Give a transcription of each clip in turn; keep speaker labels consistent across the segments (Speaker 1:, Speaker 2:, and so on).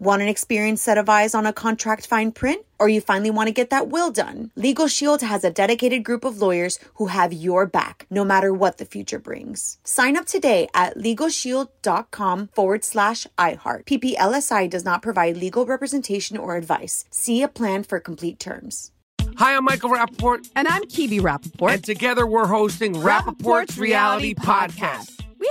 Speaker 1: Want an experienced set of eyes on a contract fine print? Or you finally want to get that will done? Legal Shield has a dedicated group of lawyers who have your back, no matter what the future brings. Sign up today at LegalShield.com forward slash iHeart. PPLSI does not provide legal representation or advice. See a plan for complete terms.
Speaker 2: Hi, I'm Michael Rappaport.
Speaker 3: And I'm Kibi Rappaport.
Speaker 2: And together we're hosting Rappaport's, Rappaport's Reality, Reality Podcast. Podcast.
Speaker 3: We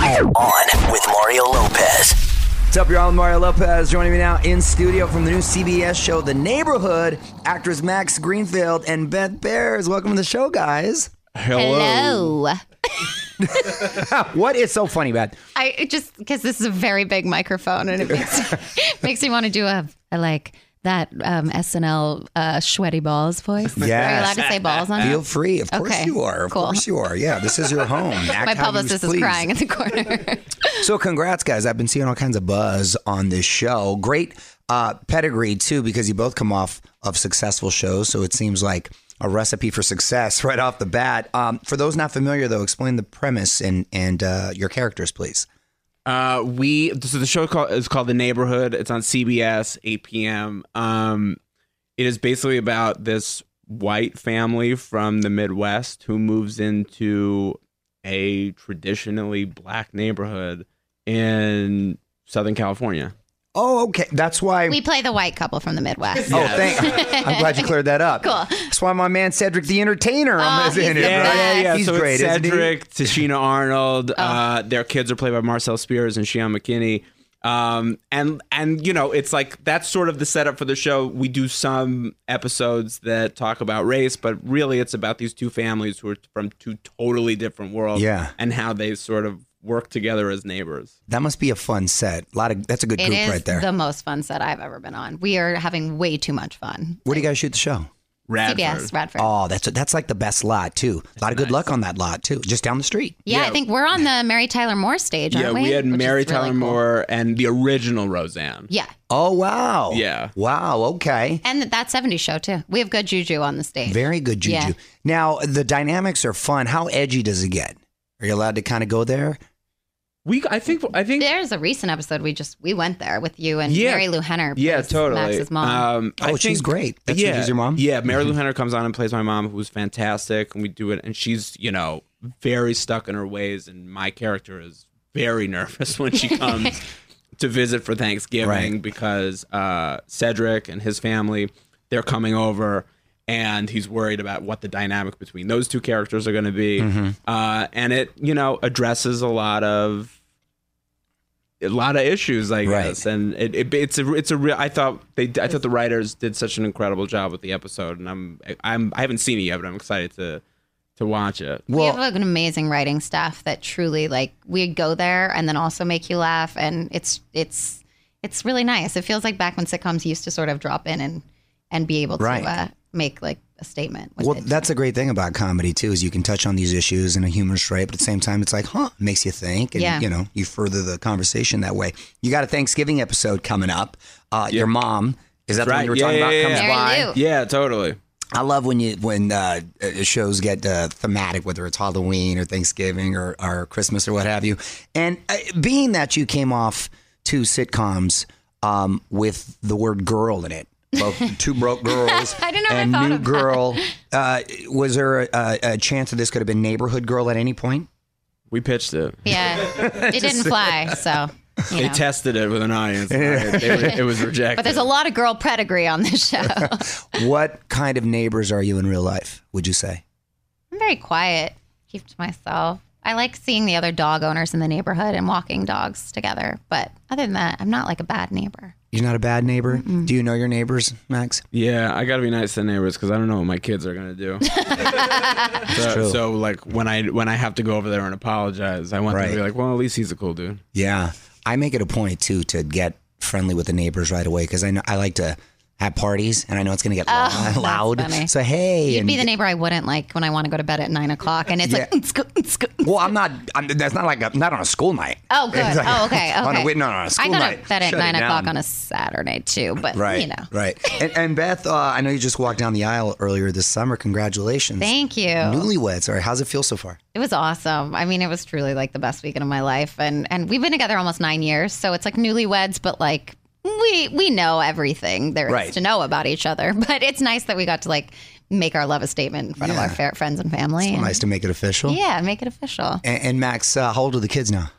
Speaker 4: On with Mario Lopez.
Speaker 5: What's up, y'all? I'm Mario Lopez. Joining me now in studio from the new CBS show, The Neighborhood, actors Max Greenfield and Beth Bears. Welcome to the show, guys.
Speaker 6: Hello.
Speaker 5: what is so funny, Beth?
Speaker 6: I it just because this is a very big microphone and it makes, makes me want to do a, a like that um, SNL uh, sweaty balls voice.
Speaker 5: Yes.
Speaker 6: Are you allowed to say balls on
Speaker 5: Feel
Speaker 6: it?
Speaker 5: free. Of course
Speaker 6: Uh, Okay,
Speaker 5: you are. Of
Speaker 6: cool.
Speaker 5: course you are. Yeah, this is your home. Act
Speaker 6: My
Speaker 5: how you
Speaker 6: publicist is
Speaker 5: please.
Speaker 6: crying in the corner.
Speaker 5: So, congrats, guys. I've been seeing all kinds of buzz on this show. Great uh, pedigree, too, because you both come off of successful shows. So, it seems like a recipe for success right off the bat. Um, for those not familiar, though, explain the premise and, and uh, your characters, please.
Speaker 7: Uh, we so the show call, is called The Neighborhood. It's on CBS, 8 p.m. Um, it is basically about this white family from the Midwest who moves into a traditionally black neighborhood in Southern California.
Speaker 5: Oh, okay. That's why.
Speaker 6: we play the white couple from the Midwest.
Speaker 5: Oh, thank. I'm glad you cleared that up. Cool. That's why my man Cedric the Entertainer is in it. right?
Speaker 6: Oh, he's the best. Yeah, yeah,
Speaker 5: He's
Speaker 7: so
Speaker 5: great,
Speaker 7: it's
Speaker 5: isn't he?
Speaker 7: Cedric, Tashina Arnold.
Speaker 6: Oh.
Speaker 7: Uh, their kids are played by Marcel Spears and Shion McKinney. Um, and and you know, it's like that's sort of the setup for the show. We do some episodes that talk about race, but really it's about these two families who are from two totally different worlds.
Speaker 5: Yeah.
Speaker 7: and how they sort of work together as neighbors.
Speaker 5: That must be a fun set. A lot of that's a good
Speaker 6: It
Speaker 5: group
Speaker 6: is
Speaker 5: right there.
Speaker 6: the most fun set I've ever been on. We are having way too much fun.
Speaker 5: Where do you guys shoot the show?
Speaker 7: Radford.
Speaker 6: CBS Radford.
Speaker 5: Oh, that's that's like the best lot too. A lot of good luck on that lot too. Just down the street.
Speaker 6: yeah, I
Speaker 7: yeah.
Speaker 6: think we're on the Mary Tyler Moore stage, aren't
Speaker 7: Yeah,
Speaker 6: we?
Speaker 7: we had
Speaker 6: Which is
Speaker 7: Mary
Speaker 6: really
Speaker 7: Tyler
Speaker 6: cool.
Speaker 7: Moore and the original Roseanne.
Speaker 6: Yeah,
Speaker 5: Oh wow.
Speaker 7: Yeah.
Speaker 5: Wow. Okay.
Speaker 6: and that 70s show too. We have good juju on the stage.
Speaker 5: Very good juju.
Speaker 6: Yeah.
Speaker 5: Now the dynamics are fun. How edgy does it get? Are you allowed to kind of go there?
Speaker 7: We, I think, I think
Speaker 6: There's a recent episode we just we went there with you and
Speaker 7: Yeah.
Speaker 6: Mary Lou Henner.
Speaker 7: Yeah,
Speaker 6: plays
Speaker 7: totally.
Speaker 6: Max's mom.
Speaker 7: Um,
Speaker 5: Oh, she's great. That's who- she's your mom? Mm-hmm.
Speaker 7: Yeah, Mary Lou Henner comes on and plays my mom, who's fantastic, and we do it. And she's you know very stuck in her ways, and my character is very nervous when she comes to visit for Thanksgiving
Speaker 5: Right.
Speaker 7: because uh, Cedric and his family they're coming over. And he's worried about what the dynamic between those two characters are going to be,
Speaker 5: Mm-hmm.
Speaker 7: uh, and it you know addresses a lot of a lot of issues, I
Speaker 5: Right.
Speaker 7: guess, and it, it it's a it's a real. I thought they I thought the writers did such an incredible job with the episode, and I'm I'm I haven't seen it yet, but I'm excited to to watch it.
Speaker 5: Well,
Speaker 6: we have an amazing writing staff that truly like we go there and then also make you laugh, and it's it's it's really nice. It feels like back when sitcoms used to sort of drop in and and be able to
Speaker 5: Right.
Speaker 6: uh, make like a statement. With
Speaker 5: well,
Speaker 6: it.
Speaker 5: that's a great thing about comedy too, is you can touch on these issues in a humorous way, but at the same time, it's like, huh, makes you think, and
Speaker 6: Yeah.
Speaker 5: you know, you further the conversation that way. You got a Thanksgiving episode coming up. Uh, Your mom is that the one
Speaker 7: Right.
Speaker 5: you were
Speaker 7: Yeah,
Speaker 5: talking
Speaker 7: yeah,
Speaker 5: about?
Speaker 7: yeah,
Speaker 5: comes
Speaker 7: yeah.
Speaker 6: Mary
Speaker 5: by.
Speaker 6: Lou.
Speaker 7: Yeah, totally.
Speaker 5: I love when you when uh, uh, shows get uh, thematic, whether it's Halloween or Thanksgiving or, or Christmas or what have you. And uh, being that you came off two sitcoms um, with the word "girl" in it, Broke, two broke girls.
Speaker 6: I didn't know I
Speaker 5: and
Speaker 6: thought
Speaker 5: new
Speaker 6: of that.
Speaker 5: girl. Uh, was there a, a, a chance that this could have been neighborhood girl at any point?
Speaker 7: We pitched it.
Speaker 6: Yeah, it didn't fly. So, you
Speaker 7: They
Speaker 6: know.
Speaker 7: tested it with an audience. They were- it was rejected.
Speaker 6: but there's a lot of girl pedigree on this show. I'm
Speaker 5: What kind of neighbors are you in real life? Would you say?
Speaker 6: very quiet, keep to myself. I like seeing the other dog owners in the neighborhood and walking dogs together. But other than that, I'm not like a bad neighbor.
Speaker 5: You're not a bad neighbor. Do you know your neighbors, Max?
Speaker 7: Yeah, I gotta be nice to neighbors because I don't know what my kids are gonna do. so,
Speaker 5: true.
Speaker 7: so, like when I when I have to go over there and apologize, I want them to be
Speaker 5: Right.
Speaker 7: like, well, at least he's a cool dude.
Speaker 5: Yeah, I make it a point too to get friendly with the neighbors right away because I know I like to have parties and I know it's going to get lo- loud.
Speaker 6: Oh, funny.
Speaker 5: So hey,
Speaker 6: You'd
Speaker 5: and
Speaker 6: be the neighbor I wouldn't like when I want to go to bed at nine o'clock, and it's like, "Mm, scoot, mm, scoot, mm."
Speaker 5: well, I'm not. I'm, that's not like a, not on a school night.
Speaker 6: oh, good.
Speaker 5: It's like-
Speaker 6: oh, okay. okay.
Speaker 5: On a, wait, no, no, a school
Speaker 6: I go
Speaker 5: night.
Speaker 6: to bed at
Speaker 5: Shut it
Speaker 6: nine o'clock
Speaker 5: down.
Speaker 6: on a Saturday too, but
Speaker 5: Right,
Speaker 6: you know.
Speaker 5: right. And, and Beth, uh, I know you just walked down the aisle earlier this summer. Congratulations,
Speaker 6: Thank you. Mm-hmm.
Speaker 5: newlyweds. Or how's it feel so far?
Speaker 6: It was awesome. I mean, it was truly like the best weekend of my life, and and we've been together almost nine years, so it's like newlyweds, but like we we know everything there is
Speaker 5: Right.
Speaker 6: to know about each other. But it's nice that we got to like make our love a statement in front of our fair friends and family. and-
Speaker 5: Nice to make it official.
Speaker 6: yeah, make it official.
Speaker 5: And, and Max, uh, how old are the kids now?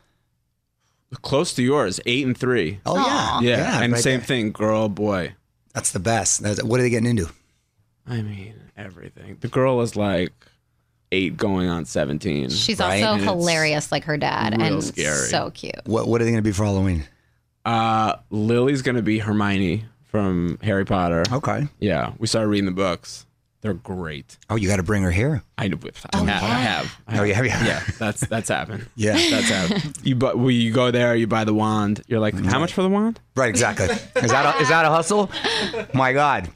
Speaker 7: Close to yours, eight and three.
Speaker 5: Oh yeah,
Speaker 7: yeah, and
Speaker 5: right
Speaker 7: same
Speaker 5: there.
Speaker 7: thing, girl, boy.
Speaker 5: That's the best. That's, what are they getting into?
Speaker 7: I mean, everything. The girl is like eight, going on seventeen.
Speaker 6: She's
Speaker 5: Right,
Speaker 6: also
Speaker 7: and it's
Speaker 6: hilarious, like her dad,
Speaker 7: real
Speaker 6: and
Speaker 7: scary.
Speaker 6: so cute.
Speaker 5: What What are they going to be for Halloween?
Speaker 7: uh, Lily's gonna be Hermione from Harry Potter.
Speaker 5: Okay.
Speaker 7: Yeah, we started reading the books. They're great.
Speaker 5: Oh, you got to bring her here.
Speaker 7: I, I, have, I have. I
Speaker 5: Oh,
Speaker 7: have.
Speaker 5: you have- you have.
Speaker 7: Yeah, that's that's happened.
Speaker 5: Yeah.
Speaker 7: that's happened. You bu- well, you go there, you buy the wand. You're like,
Speaker 5: Mm-hmm.
Speaker 7: how much for the wand?
Speaker 5: Right, exactly. Is that a, is that a hustle? My God.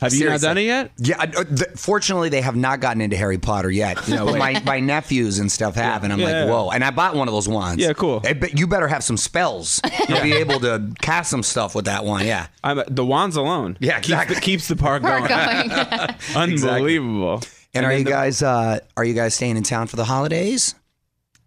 Speaker 7: Have you not
Speaker 5: Seriously.
Speaker 7: done it yet?
Speaker 5: Yeah. I- uh, th- fortunately, they have not gotten into Harry Potter yet. But my my nephews and stuff have, and I'm
Speaker 7: Yeah.
Speaker 5: like, whoa. And I bought one of those wands.
Speaker 7: Yeah, cool.
Speaker 5: Hey, but you better have some spells. You'll be able to cast some stuff with that one. Yeah.
Speaker 7: I'm, the wand's alone.
Speaker 5: Yeah,
Speaker 7: Keeps-
Speaker 5: exactly.
Speaker 7: keeps, the park
Speaker 6: We're
Speaker 7: going.
Speaker 6: going.
Speaker 7: Unbelievable.
Speaker 5: And, are
Speaker 7: then
Speaker 5: you
Speaker 7: the-
Speaker 5: guys uh, are you guys staying in town for the holidays?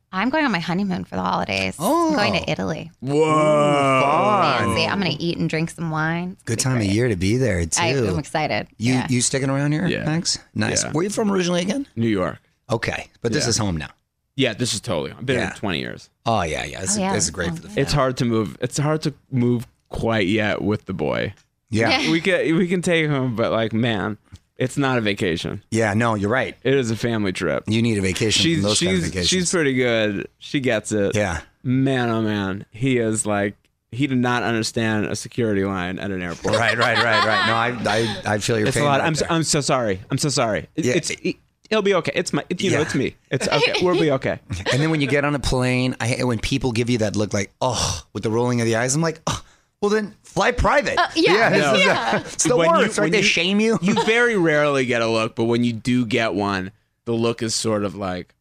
Speaker 6: I'm going on my honeymoon for the holidays.
Speaker 5: Oh.
Speaker 6: I'm going to Italy.
Speaker 7: Uh,
Speaker 5: Fun.
Speaker 6: Fancy. I'm going to eat and drink some wine. It's
Speaker 5: Good
Speaker 6: gonna
Speaker 5: time
Speaker 6: be
Speaker 5: of year to be there too.
Speaker 6: great. I, I'm excited.
Speaker 5: you
Speaker 6: yeah.
Speaker 5: you sticking around here,
Speaker 7: Yeah.
Speaker 5: Max? Nice.
Speaker 7: Yeah.
Speaker 5: Where you from originally again?
Speaker 7: New York.
Speaker 5: Okay, but this
Speaker 7: Yeah.
Speaker 5: is home now.
Speaker 7: Yeah, this is totally. I've been
Speaker 5: Yeah.
Speaker 7: here 20 years.
Speaker 5: Oh yeah, yeah. This,
Speaker 6: Oh, yeah.
Speaker 5: Is, this is great for the.
Speaker 7: It's hard to move. It's hard to move quite yet with the boy.
Speaker 5: Yeah.
Speaker 7: We can we can take him, but like man, it's not a vacation.
Speaker 5: Yeah, no, you're right.
Speaker 7: It is a family trip.
Speaker 5: You need a vacation. from
Speaker 7: She's
Speaker 5: those kind of
Speaker 7: she's
Speaker 5: vacations.
Speaker 7: she's pretty good. She gets it.
Speaker 5: yeah.
Speaker 7: Man, oh man, he is like he did not understand a security line at an airport.
Speaker 5: Right, right, right, right. No, I, I, I feel your
Speaker 7: It's
Speaker 5: pain.
Speaker 7: a lot.
Speaker 5: right
Speaker 7: I'm so,
Speaker 5: there.
Speaker 7: I'm so sorry. I'm so sorry. It-
Speaker 5: Yeah.
Speaker 7: It's it, will be okay. It's my it, you know
Speaker 5: Yeah.
Speaker 7: it's me. It's okay. we'll be okay.
Speaker 5: and then when you get on a plane, I, when people give you that look like, oh, with the rolling of the eyes, I'm like, oh, well then fly private.
Speaker 6: Uh, yeah,
Speaker 5: this
Speaker 7: No.
Speaker 5: is- it's the
Speaker 7: When you-
Speaker 5: worst. right?
Speaker 7: when
Speaker 5: They
Speaker 7: you-
Speaker 5: shame you.
Speaker 7: You very rarely get a look, but when you do get one, the look is sort of like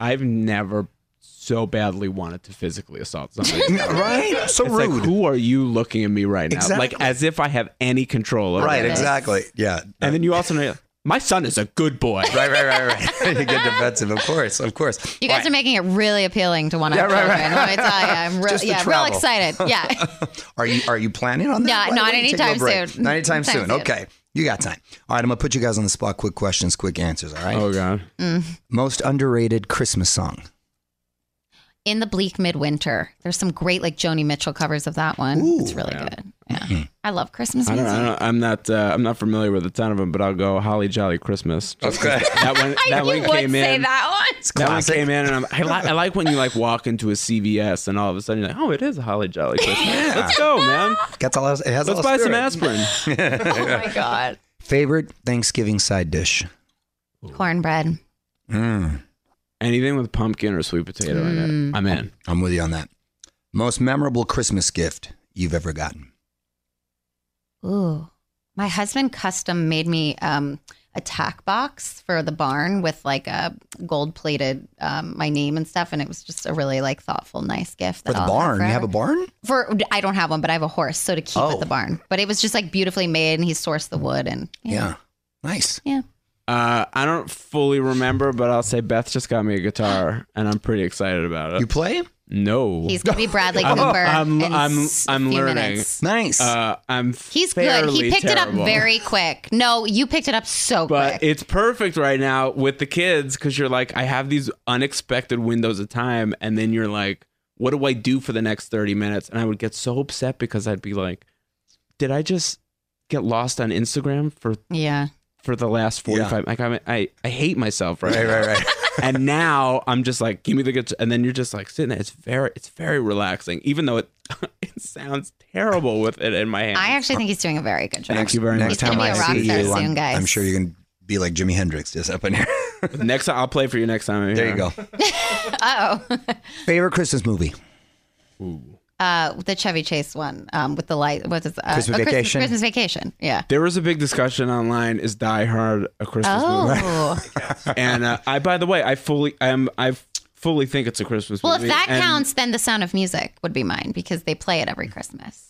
Speaker 7: I've never so badly wanted to physically assault somebody.
Speaker 5: right? So
Speaker 7: It's
Speaker 5: rude.
Speaker 7: like who are you looking at me right now? Like
Speaker 5: Exactly.
Speaker 7: as if I have any control over
Speaker 5: right,
Speaker 7: it.
Speaker 5: exactly. Yeah.
Speaker 7: And then you also know my son is a good boy.
Speaker 5: right, right, right, right. you get defensive, of course, of course.
Speaker 6: You guys are making it really appealing to one of
Speaker 5: Yeah,
Speaker 6: our
Speaker 5: right, right.
Speaker 6: children. Let me tell you, I'm real,
Speaker 5: Just the
Speaker 6: yeah, real
Speaker 5: travel.
Speaker 6: excited. Yeah,
Speaker 5: Are you are you planning on that?
Speaker 6: Yeah,
Speaker 5: Why
Speaker 6: not
Speaker 5: don't you take a
Speaker 6: anytime
Speaker 5: break?
Speaker 6: soon.
Speaker 5: Not anytime
Speaker 6: Anytime
Speaker 5: soon.
Speaker 6: soon.
Speaker 5: Okay, you got time. All right, I'm gonna put you guys on the spot. Quick questions, quick answers. All right.
Speaker 7: Oh god.
Speaker 5: Most underrated Christmas song.
Speaker 6: in the bleak midwinter, there's some great like Joni Mitchell covers of that one. it's really good. Yeah, I love Christmas
Speaker 7: I don't,
Speaker 6: music.
Speaker 7: I don't, I'm not. Uh, I'm not familiar with a ton of them, but I'll go "Holly Jolly Christmas." Just 'cause
Speaker 5: Okay.
Speaker 7: That one.
Speaker 6: I
Speaker 7: That
Speaker 6: knew
Speaker 7: one
Speaker 6: you would
Speaker 7: came
Speaker 6: say
Speaker 7: in.
Speaker 6: that one.
Speaker 7: That one came in, and I'm, I, li- I like when you like walk into a CVS, and all of a sudden you're like, "Oh, it is a Holly Jolly Christmas." Let's go, man.
Speaker 5: Gets all. It has
Speaker 7: Let's
Speaker 5: all
Speaker 7: buy some
Speaker 5: spirit.
Speaker 7: aspirin.
Speaker 6: Oh my god,
Speaker 5: Favorite Thanksgiving side dish? Hmm,
Speaker 6: cornbread.
Speaker 7: Anything with pumpkin or sweet potato in
Speaker 5: Mm.
Speaker 7: it, I'm in.
Speaker 5: I'm with you on that. Most memorable Christmas gift you've ever gotten?
Speaker 6: Ooh. My husband custom made me um, a tack box for the barn with like a gold plated um, my name and stuff. And it was just a really like thoughtful, nice gift.
Speaker 5: For
Speaker 6: that
Speaker 5: the
Speaker 6: I'll
Speaker 5: barn. You have
Speaker 6: Oh, forever.
Speaker 5: a barn?
Speaker 6: For I don't have one, but I have a horse. So to keep
Speaker 5: Oh.
Speaker 6: at the barn. But it was just like beautifully made and he sourced the wood and
Speaker 5: Yeah. Nice.
Speaker 6: Yeah.
Speaker 7: Uh, I don't fully remember, but I'll say Beth just got me a guitar, and I'm pretty excited about it.
Speaker 5: You play?
Speaker 7: no,
Speaker 6: He's gonna be Bradley Cooper.
Speaker 7: I'm-
Speaker 6: in
Speaker 7: I'm-
Speaker 6: s-
Speaker 7: I'm
Speaker 6: few
Speaker 7: learning.
Speaker 6: Minutes.
Speaker 5: Nice.
Speaker 7: uh, I'm.
Speaker 6: He's good.
Speaker 7: fairly
Speaker 6: He picked it
Speaker 7: terrible.
Speaker 6: up very quick. No, you picked it up so
Speaker 7: But
Speaker 6: quick.
Speaker 7: it's perfect right now with the kids because you're like, I have these unexpected windows of time, and then you're like, what do I do for the next 30 minutes? And I would get so upset because I'd be like, did I just get lost on Instagram for
Speaker 6: yeah.
Speaker 7: for the last 45 like I'm, I I hate myself right,
Speaker 5: right, right,
Speaker 7: now.
Speaker 5: right.
Speaker 7: and now I'm just like give me the guitar and then you're just like sitting there it's very it's very relaxing even though it it sounds terrible with it in my hand
Speaker 6: I actually think he's doing a very good job.
Speaker 7: Thank you very
Speaker 5: Next
Speaker 7: much.
Speaker 6: gonna
Speaker 5: time
Speaker 6: be
Speaker 5: I
Speaker 6: a rock
Speaker 5: see
Speaker 6: star
Speaker 5: you,
Speaker 6: soon,
Speaker 5: I'm,
Speaker 6: guys.
Speaker 5: I'm sure you can be like Jimi Hendrix just up in here.
Speaker 7: next time I'll play for you next time I'm
Speaker 5: there
Speaker 7: here.
Speaker 5: you go.
Speaker 6: Oh,
Speaker 5: Favorite Christmas movie?
Speaker 6: uh, the Chevy Chase one um, with the light. What is uh,
Speaker 5: Christmas
Speaker 6: oh,
Speaker 5: Vacation.
Speaker 6: Christmas Vacation. Yeah.
Speaker 7: there was a big discussion online is Die Hard a Christmas movie
Speaker 6: Oh.
Speaker 7: and uh, I by the way I fully I'm I fully think it's a Christmas
Speaker 6: Well, if
Speaker 7: movie
Speaker 6: that
Speaker 7: and-
Speaker 6: counts, then The Sound of Music would be mine because they play it every Christmas.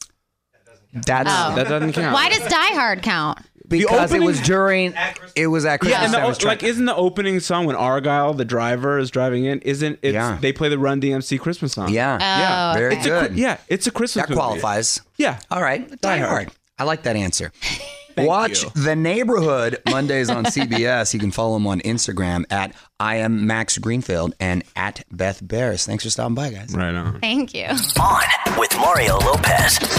Speaker 5: That's
Speaker 6: Oh.
Speaker 7: that doesn't count
Speaker 6: Why does Die Hard count?
Speaker 5: because
Speaker 7: opening-
Speaker 5: it was during. It was at Christmas.
Speaker 7: Yeah, and the,
Speaker 5: time. It was
Speaker 7: o- like, isn't the opening song when Argyle, the driver, is driving in? Isn't it?
Speaker 5: Yeah.
Speaker 7: They play the Run DMC Christmas song.
Speaker 5: yeah,
Speaker 6: Oh,
Speaker 5: very
Speaker 6: okay.
Speaker 7: It's a
Speaker 5: good.
Speaker 7: cri- yeah, it's a Christmas.
Speaker 5: that
Speaker 7: movie.
Speaker 5: qualifies.
Speaker 7: Yeah,
Speaker 5: All right, Die
Speaker 7: Hard.
Speaker 5: Hard. I like that answer. Watch
Speaker 7: you.
Speaker 5: The Neighborhood Mondays on CBS. You can follow him on Instagram at I am Max Greenfield and at Beth Barris. Thanks for stopping by, guys.
Speaker 7: right on.
Speaker 6: Thank you.
Speaker 4: On with Mario Lopez.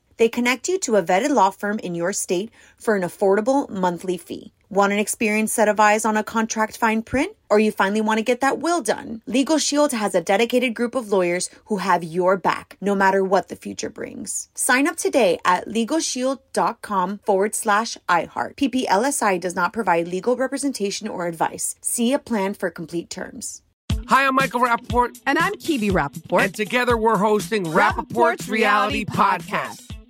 Speaker 1: They connect you to a vetted law firm in your state for an affordable monthly fee. Want an experienced set of eyes on a contract fine print? Or you finally want to get that will done? Legal Shield has a dedicated group of lawyers who have your back, no matter what the future brings. Sign up today at LegalShield.com forward slash iHeart. PPLSI does not provide legal representation or advice. See a plan for complete terms.
Speaker 2: Hi, I'm Michael Rappaport,
Speaker 3: And I'm Kibi Rappaport.
Speaker 2: and together we're hosting Rappaport's Reality Podcast.